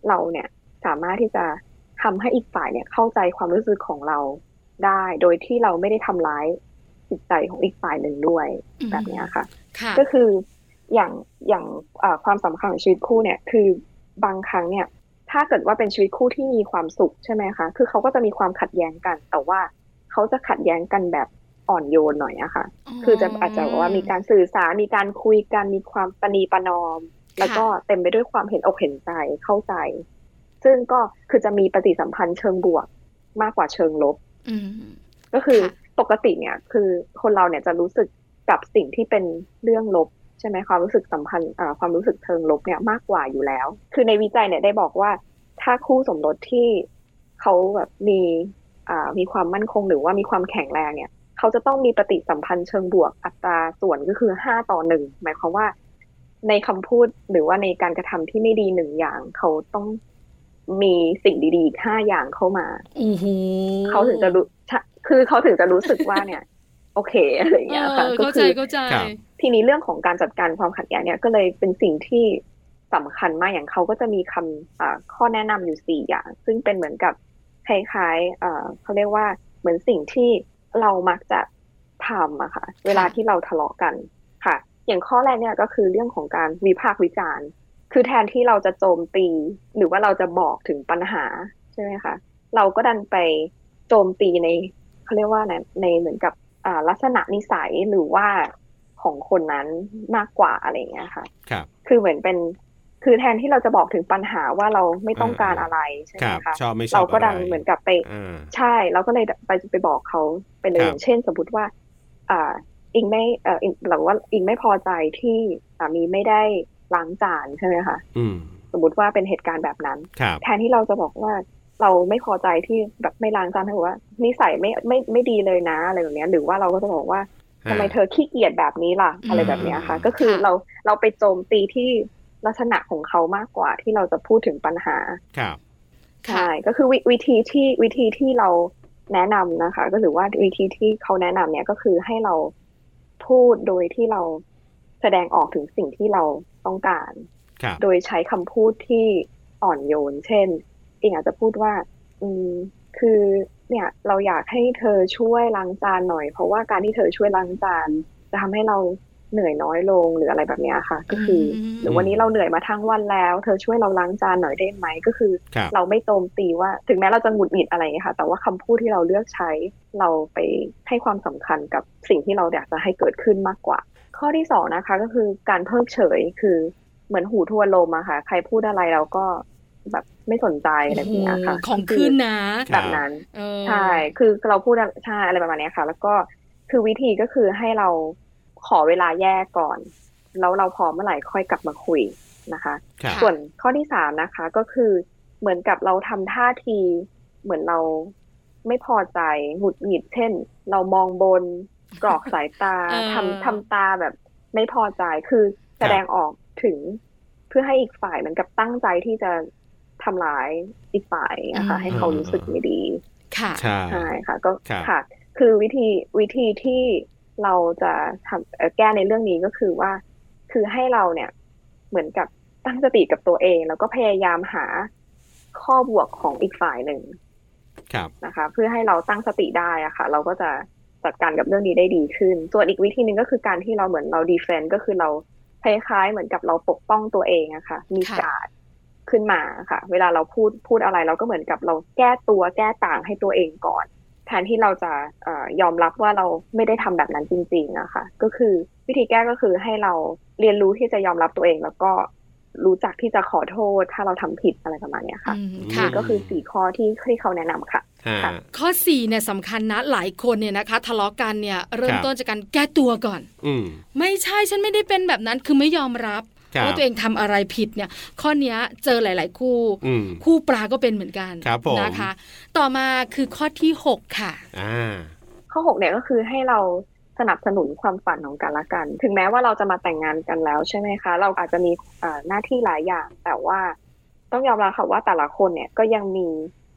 [SPEAKER 5] เราเนี่ยสามารถที่จะทำให้อีกฝ่ายเนี่ยเข้าใจความรู้สึกของเราได้ โดยที่เราไม่ได้ทำร้ายจิตใจของอีกฝ่ายหนึ่งด้วย
[SPEAKER 2] อืม
[SPEAKER 5] แบบเนี้ยค่ะ
[SPEAKER 2] ค่ะ
[SPEAKER 5] ก็คืออย่างอย่างเอ่อความสำคัญของชีวิตคู่เนี่ยคือบางครั้งเนี่ย ถ้าเกิดว่าเป็นชีวิตคู่ที่มีความสุขใช่ไหมคะคือเขาก็จะมีความขัดแย้งกัน แต่ว่าเขาจะขัดแย้งกันแบบอ่อนโยนหน่อยอะค่ะ คือจะอาจจะว่ามีการสื่อสารมีการคุยกันมีความปณีประนอม แล้วก็เต็มไปด้วยความเห็นอกเห็นใจเข้าใจ ซึ่งก็คือจะมีปฏิสัมพันธ์เชิงบวกมากกว่าเชิงลบ
[SPEAKER 2] อืม
[SPEAKER 5] ก็คือ
[SPEAKER 2] ค่ะ
[SPEAKER 5] ปกติเนี่ยคือคนเราเนี่ยจะรู้สึกกับสิ่งที่เป็นเรื่องลบใช่ไหมความรู้สึกสัมพันธ์เอ่อความรู้สึกเชิงลบเนี่ยมากกว่าอยู่แล้ว คือในวิจัยเนี่ยได้บอกว่าถ้าคู่สมรสที่เขาแบบมีอ่ามีความมั่นคงหรือว่ามีความแข็งแรงเนี่ย เขาจะต้องมีปฏิสัมพันธ์เชิงบวกอัตราส่วนก็คือห้าต่อหนึ่งหมายความว่า ในคำพูดหรือว่าในการกระทำที่ไม่ดีหนึ่งอย่าง เขาต้องมีสิ่งดีๆอีกห้าอย่างเข้ามา
[SPEAKER 2] ้โห
[SPEAKER 5] เขาถึงจะรู้ใช่คือเขาถึงจะรู้สึกว่าเนี่ย โอเคอะไรอย่างเงี้ยค่ะ
[SPEAKER 2] เออ
[SPEAKER 5] ก็
[SPEAKER 2] เข้าใจ
[SPEAKER 5] คือ
[SPEAKER 2] เข้าใจ
[SPEAKER 3] ครับ
[SPEAKER 5] ทีนี้เรื่องของการจัดการความขัดแย้งเนี่ยก็เลยเป็นสิ่งที่สำคัญมากอย่างเขาก็จะมีคำอ่าข้อแนะนำอยู่สี่อย่าง ซึ่งเป็นเหมือนกับคล้ายๆเอ่อเขาเรียกว่าเหมือนสิ่งที่เรามักจะทำอะค่ะ เวลาที่เราทะเลาะกันค่ะ อย่างข้อแรกเนี่ยก็คือเรื่องของการวิพากษ์วิจารณ์ คือแทนที่เราจะโจมตี หรือว่าเราจะบอกถึงปัญหาใช่ไหมคะ เราก็ดันไปโจมตีในเขาเรียกว่าในในเหมือนกับอ่าลักษณะนิสัยหรือว่าของคนนั้นมากกว่าอะไรอย่างเงี้ยค่ะ
[SPEAKER 3] ครับ
[SPEAKER 5] คือเหมือนเป็นคือแทนที่เราจะบอกถึงปัญหาว่าเราไม่ต้องการอะไรใช่
[SPEAKER 3] ค
[SPEAKER 5] ไหม
[SPEAKER 3] รับ
[SPEAKER 5] คะ
[SPEAKER 3] ชอบไม่ชอบ
[SPEAKER 5] เราก็
[SPEAKER 3] ะไ
[SPEAKER 5] ดันเหมือนกับไป
[SPEAKER 3] อ่า
[SPEAKER 5] ใช่เราก็เลยไปไปบอกเขาไปเลย
[SPEAKER 3] ครับ
[SPEAKER 5] อย่างเช่น สมมติว่า อ่า อิงไม่เอ่ออิงหรือว่าอิงไม่พอใจที่สามีไม่ได้ล้างจานใช่ไหมคะ
[SPEAKER 3] อืม
[SPEAKER 5] สมมติว่าเป็นเหตุการณ์แบบนั้น
[SPEAKER 3] ครับ
[SPEAKER 5] แทนที่เราจะบอกว่าเราไม่พอใจที่แบบไม่ล้างจานเขาบอกว่านิสัยไม่ไม่ไม่ดีเลยนะอะไรแบบเนี้ยหรือว่าเราก็จะบอกว่าทำไมเธอขี้เกียจแบบนี้ล่ะ อะไรแบบเนี้ยค่ะ
[SPEAKER 3] อืม
[SPEAKER 5] ก็คือ
[SPEAKER 2] ค่ะ
[SPEAKER 5] เราเราไปโจมตีที่ลักษณะของเขามากกว่าที่เราจะพูดถึงปัญหา
[SPEAKER 3] ครับ
[SPEAKER 2] ค่ะ
[SPEAKER 5] ใช่ ก็คือวิวิธีที่วิธีที่เราแนะนำนะคะ ก็หรือว่าวิธีที่เขาแนะนำเนี่ยก็คือให้เราพูดโดยที่เราแสดงออกถึงสิ่งที่เราต้องการ
[SPEAKER 3] ครับ
[SPEAKER 5] โดยใช้คำพูดที่อ่อนโยน เช่นอิงอาจจะพูดว่า อืม คือเนี่ยเราอยากให้เธอช่วยล้างจานหน่อย เพราะว่าการที่เธอช่วยล้างจานจะทำให้เราเหนื่อยน้อยลงหรืออะไรแบบเนี้ยค่ะ ก็คืออ
[SPEAKER 2] ม
[SPEAKER 5] หรือวันนี้เราเหนื่อยมาทั้งวันแล้ว เธอช่วยเราล้างจานหน่อยได้ไหมก็คือ
[SPEAKER 3] ครับ
[SPEAKER 5] เราไม่โจมตีว่าถึงแม้เราจะหงุดหงิดอะไรอย่างเงี้ยค่ะ แต่ว่าคำพูดที่เราเลือกใช้เราไปให้ความสำคัญกับสิ่งที่เราอยากจะให้เกิดขึ้นมากกว่า ข้อที่สองนะคะก็คือการเพิกเฉยคือเหมือนหูทวนลมอะค่ะ ใครพูดอะไรเราก็แบบไม่สนใจอะไรแบบเนี้ยค่ะ
[SPEAKER 2] โโหของขึ้นนะ
[SPEAKER 5] แบบนั้น
[SPEAKER 2] เออ
[SPEAKER 5] ใช่ คือเราพูดอะไรใช่อะไรประมาณเนี้ยค่ะ แล้วก็คือวิธีก็คือให้เราขอเวลาแยกก่อน แล้วเราพร้อมเมื่อไหร่ค่อยกลับมาคุยนะคะ
[SPEAKER 3] ครับ
[SPEAKER 5] ส่วนข้อที่สามนะคะก็คือเหมือนกับเราทำท่าทีเหมือนเราไม่พอใจหงุดหงิด เช่น เรามองบนกรอกสายต <laughs> า
[SPEAKER 2] เออ
[SPEAKER 5] ทำทำตาแบบไม่พอใจคือแสดงออกถึงเพื่อให้อีกฝ่ายเหมือนกับตั้งใจที่จะทำร้ายอีกฝ่ายนะคะให้เขารู้สึกไม่ดี
[SPEAKER 2] ค่ะ
[SPEAKER 3] ใช่
[SPEAKER 5] ใช่ค่ะก็
[SPEAKER 3] ครับ
[SPEAKER 5] ค่ะ คือวิธีวิธีที่เราจะทำเอ่อแก้ในเรื่องนี้ก็คือว่า คือให้เราเนี่ยเหมือนกับตั้งสติกับตัวเอง แล้วก็พยายามหาข้อบวกของอีกฝ่ายหนึ่ง
[SPEAKER 3] ครับ
[SPEAKER 5] นะคะ เพื่อให้เราตั้งสติได้อะค่ะ เราก็จะจัดการกับเรื่องนี้ได้ดีขึ้น ส่วนอีกวิธีหนึ่งก็คือการที่เราเหมือนเราดีเฟนต์ก็คือเราคล้ายๆเหมือนกับเราปกป้องตัวเองอะค่ะ มี
[SPEAKER 2] ค่ะ
[SPEAKER 5] การดขึ้นมาค่ะ เวลาเราพูดพูดอะไร เราก็เหมือนกับเราแก้ตัวแก้ต่างให้ตัวเองก่อน แทนที่เราจะเออยอมรับว่าเราไม่ได้ทำแบบนั้นจริงๆนะคะ ก็คือวิธีแก้ก็คือให้เราเรียนรู้ที่จะยอมรับตัวเอง แล้วก็รู้จักที่จะขอโทษถ้าเราทำผิดอะไรประมาณเนี้ยค่ะ
[SPEAKER 2] อืม
[SPEAKER 3] ม
[SPEAKER 2] ค่ะ
[SPEAKER 5] นี่ก็คือสี่ข้อที่ที่เขาแนะนำค่ะ
[SPEAKER 3] อ่า
[SPEAKER 5] ค่ะ
[SPEAKER 2] ข้อสี่เนี่ยสำคัญนะหลายคนเนี่ยนะคะ ทะเลาะกันเนี่ยเริ่
[SPEAKER 3] ค
[SPEAKER 2] ม
[SPEAKER 3] รับ
[SPEAKER 2] ต้นจากการแก้ตัวก่อน
[SPEAKER 3] อืม
[SPEAKER 2] ไม่ใช่ฉันไม่ได้เป็นแบบนั้นคือไม่ยอมรับ
[SPEAKER 3] ครับ
[SPEAKER 2] ว่าตัวเองทำอะไรผิดเนี่ย ข้อเนี้ยเจอหลาย ๆ คู่
[SPEAKER 3] อืม
[SPEAKER 2] คู่ปลาก็เป็นเหมือนกัน
[SPEAKER 3] ครับผม
[SPEAKER 2] นะคะ ต่อมาคือข้อที่หกค่ะ
[SPEAKER 3] อ่า
[SPEAKER 5] ข้อหกเนี่ยก็คือให้เราสนับสนุนความฝันของกันและกัน ถึงแม้ว่าเราจะมาแต่งงานกันแล้วใช่ไหมคะ เราอาจจะมีเอ่อหน้าที่หลายอย่าง แต่ว่าต้องยอมรับค่ะว่าแต่ละคนเนี่ยก็ยังมี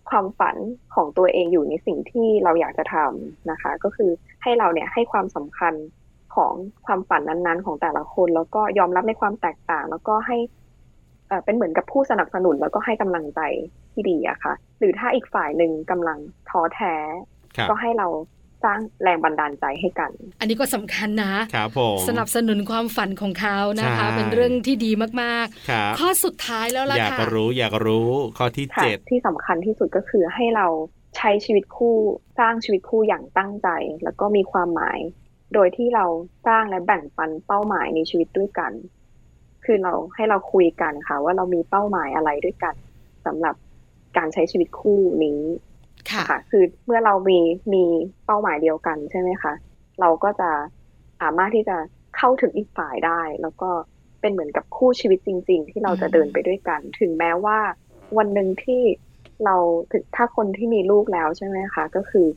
[SPEAKER 5] ความฝันของตัวเองอยู่ในสิ่งที่เราอยากจะทำนะคะ ก็คือให้เราเนี่ยให้ความสำคัญของความฝันนั้นๆ ของแต่ละคน แล้วก็ยอมรับในความแตกต่าง แล้วก็ให้เอ่อเป็นเหมือนกับผู้สนับสนุนแล้วก็ให้กำลังใจที่ดีอะค่ะ หรือถ้าอีกฝ่ายหนึ่งกำลังท้อแท้
[SPEAKER 3] ครับ
[SPEAKER 5] ก็ให้เราสร้างแรงบันดาลใจให้กัน
[SPEAKER 2] อันนี้ก็สำคัญนะ
[SPEAKER 3] ครับผม
[SPEAKER 2] สนับสนุนความฝันของเขานะคะ
[SPEAKER 3] ใช่
[SPEAKER 2] เป็นเรื่องที่ดีมาก
[SPEAKER 3] ครับ
[SPEAKER 2] ๆ ข้อสุดท้ายแล้วล่ะ
[SPEAKER 3] อยาก
[SPEAKER 2] ค่ะ
[SPEAKER 3] รู้อยากรู้ข้อที่
[SPEAKER 5] ค่ะ
[SPEAKER 3] เจ็ด
[SPEAKER 5] ที่สำคัญที่สุดก็คือให้เราใช้ชีวิตคู่สร้างชีวิตคู่อย่างตั้งใจ แล้วก็มีความหมาย โดยที่เราสร้างและแบ่งปันเป้าหมายในชีวิตด้วยกัน คือเราให้เราคุยกันค่ะ ว่าเรามีเป้าหมายอะไรด้วยกันสำหรับการใช้ชีวิตคู่นี้
[SPEAKER 2] ค่ะ
[SPEAKER 5] ค่ะ คือเมื่อเรามีมีเป้าหมายเดียวกันใช่ไหมคะเราก็จะสามารถที่จะเข้าถึงอีกฝ่ายได้ แล้วก็เป็นเหมือนกับคู่ชีวิตจริง ๆ ที่เราจะเดินไปด้วยกัน ถึงแม้ว่า วันหนึ่งที่เราถึงถ้าคนที่มีลูกแล้วใช่ไหมคะ ก็คือ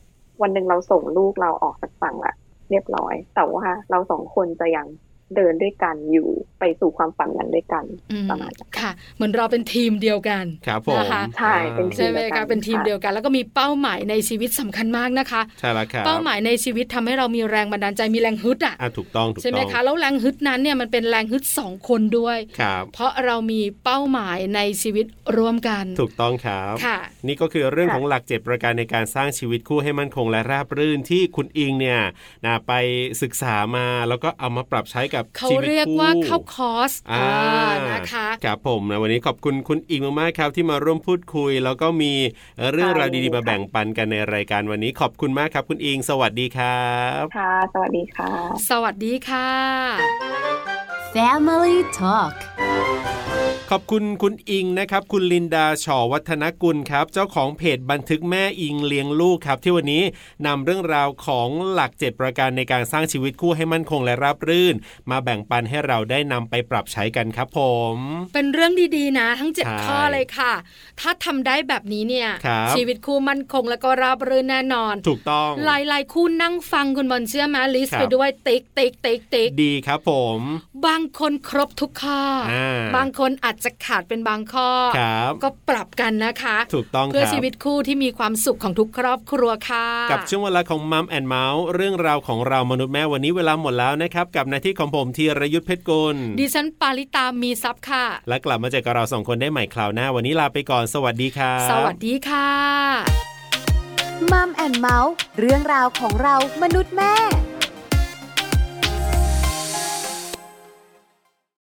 [SPEAKER 5] วันหนึ่งเราส่งลูกเราออกจากฝั่งละเรียบร้อย แต่ว่าเราสองคนจะยังเดินด้วยกันอยู่ไปสู่ความฝันนั้นด้วยกัน
[SPEAKER 2] อืม
[SPEAKER 5] ประมาณนั้น
[SPEAKER 2] ค่ะ เหมือนเราเป็นทีมเดียวกัน
[SPEAKER 3] ครับผม
[SPEAKER 2] นะคะ
[SPEAKER 5] ใช่เป็น ที
[SPEAKER 2] ใช่
[SPEAKER 5] ม
[SPEAKER 2] ไหม
[SPEAKER 5] เดียวกั
[SPEAKER 2] คะ
[SPEAKER 5] น
[SPEAKER 2] เป็นทีม
[SPEAKER 5] ค่ะ
[SPEAKER 2] เดียวกัน แล้วก็มีเป้าหมายในชีวิตสำคัญมากนะคะ
[SPEAKER 3] ใช่แล้วครับ
[SPEAKER 2] เป้าหมายในชีวิตทำให้เรามีแรงบันดาลใจมีแรงฮึดอ่ะ
[SPEAKER 3] อ่ะถูกต้องถูก
[SPEAKER 2] ใช่ไหม
[SPEAKER 3] ต้อง
[SPEAKER 2] คะแล้วแรงฮึดนั้นเนี่ยมันเป็นแรงฮึดสองคนด้วย
[SPEAKER 3] ครับ
[SPEAKER 2] เพราะเรามีเป้าหมายในชีวิตร่วมกัน
[SPEAKER 3] ถูกต้องครับ
[SPEAKER 2] ค่ะ
[SPEAKER 3] นี่ก็คือเรื่อง
[SPEAKER 5] ค่ะ
[SPEAKER 3] ของหลักเจ็ดประการในการสร้างชีวิตคู่ให้มั่นคงและราบรื่นที่คุณอิงเนี่ยนะไปศึกษามาแล้วก็เอามาปรับใช้กับ
[SPEAKER 2] เขา
[SPEAKER 3] ชีวิตคู่
[SPEAKER 2] เรียกว่าเข้าคอร์ส
[SPEAKER 3] อ่า
[SPEAKER 2] อ่านะคะ
[SPEAKER 3] ครับผมนะวันนี้ขอบคุณคุณอิงมากๆครับที่มาร่วมพูดคุย แล้วก็มีเรื่องราวดีๆมาแบ่งปันกันในรายการวันนี้ขอบคุณมากครับ คุณอิงสวัสดีครับ
[SPEAKER 5] ค่ะ สวัสดีค่ะ
[SPEAKER 2] สวัสดีค่ะ
[SPEAKER 1] Family Talk
[SPEAKER 3] ขอบคุณคุณอิงนะครับ คุณลินดาชอวัฒนกุลครับ เจ้าของเพจบันทึกแม่อิงเลี้ยงลูกครับ ที่วันนี้นำเรื่องราวของหลัก 7 ประการในการสร้างชีวิตคู่ให้มั่นคงและราบรื่น มาแบ่งปันให้เราได้นำไปปรับใช้กันครับผม
[SPEAKER 2] เป็นเรื่องดีๆนะ ทั้ง
[SPEAKER 3] ใช่
[SPEAKER 2] 7 ข้อเลยค่ะ ถ้าทำได้แบบนี้เนี่ย
[SPEAKER 3] ครับ
[SPEAKER 2] ชีวิตคู่มั่นคงแล้วก็ราบรื่นแน่นอน
[SPEAKER 3] ถูกต้อง
[SPEAKER 2] หลายๆ คู่นั่งฟังคุณบอลเชื่อไหมาลิส
[SPEAKER 3] ครับ
[SPEAKER 2] ไปด้วยติ๊กติ๊กติ๊กติ๊ก
[SPEAKER 3] ดีครับผม
[SPEAKER 2] บางคนครบทุกข้อ
[SPEAKER 3] อ่า
[SPEAKER 2] บางคนอาจจะขาดเป็นบางข้อ
[SPEAKER 3] ครับ
[SPEAKER 2] ก็ปรับกันนะคะ
[SPEAKER 3] ถูกต้องครับ
[SPEAKER 2] เพื่อชีวิตคู่ที่มีความสุขของทุกครอบครัวค่ะ
[SPEAKER 3] กับช่วงเวลาของมัมแอนเมาส์เรื่องราวของเรามนุษย์แม่วันนี้เวลาหมดแล้วนะครับ กับหนาที่ของผมธีรยุทธเพชรกุล
[SPEAKER 2] ดิฉันปาริตามีซับค่ะ
[SPEAKER 3] และกลับมาเจอกับเราสองคนได้ใหม่คราวหน้า วันนี้ลาไปก่อนสวัสดีครับ
[SPEAKER 2] สวัสดีค่ะ
[SPEAKER 1] มัมแอนเมาส์เรื่องราวของเรามนุษย์แม่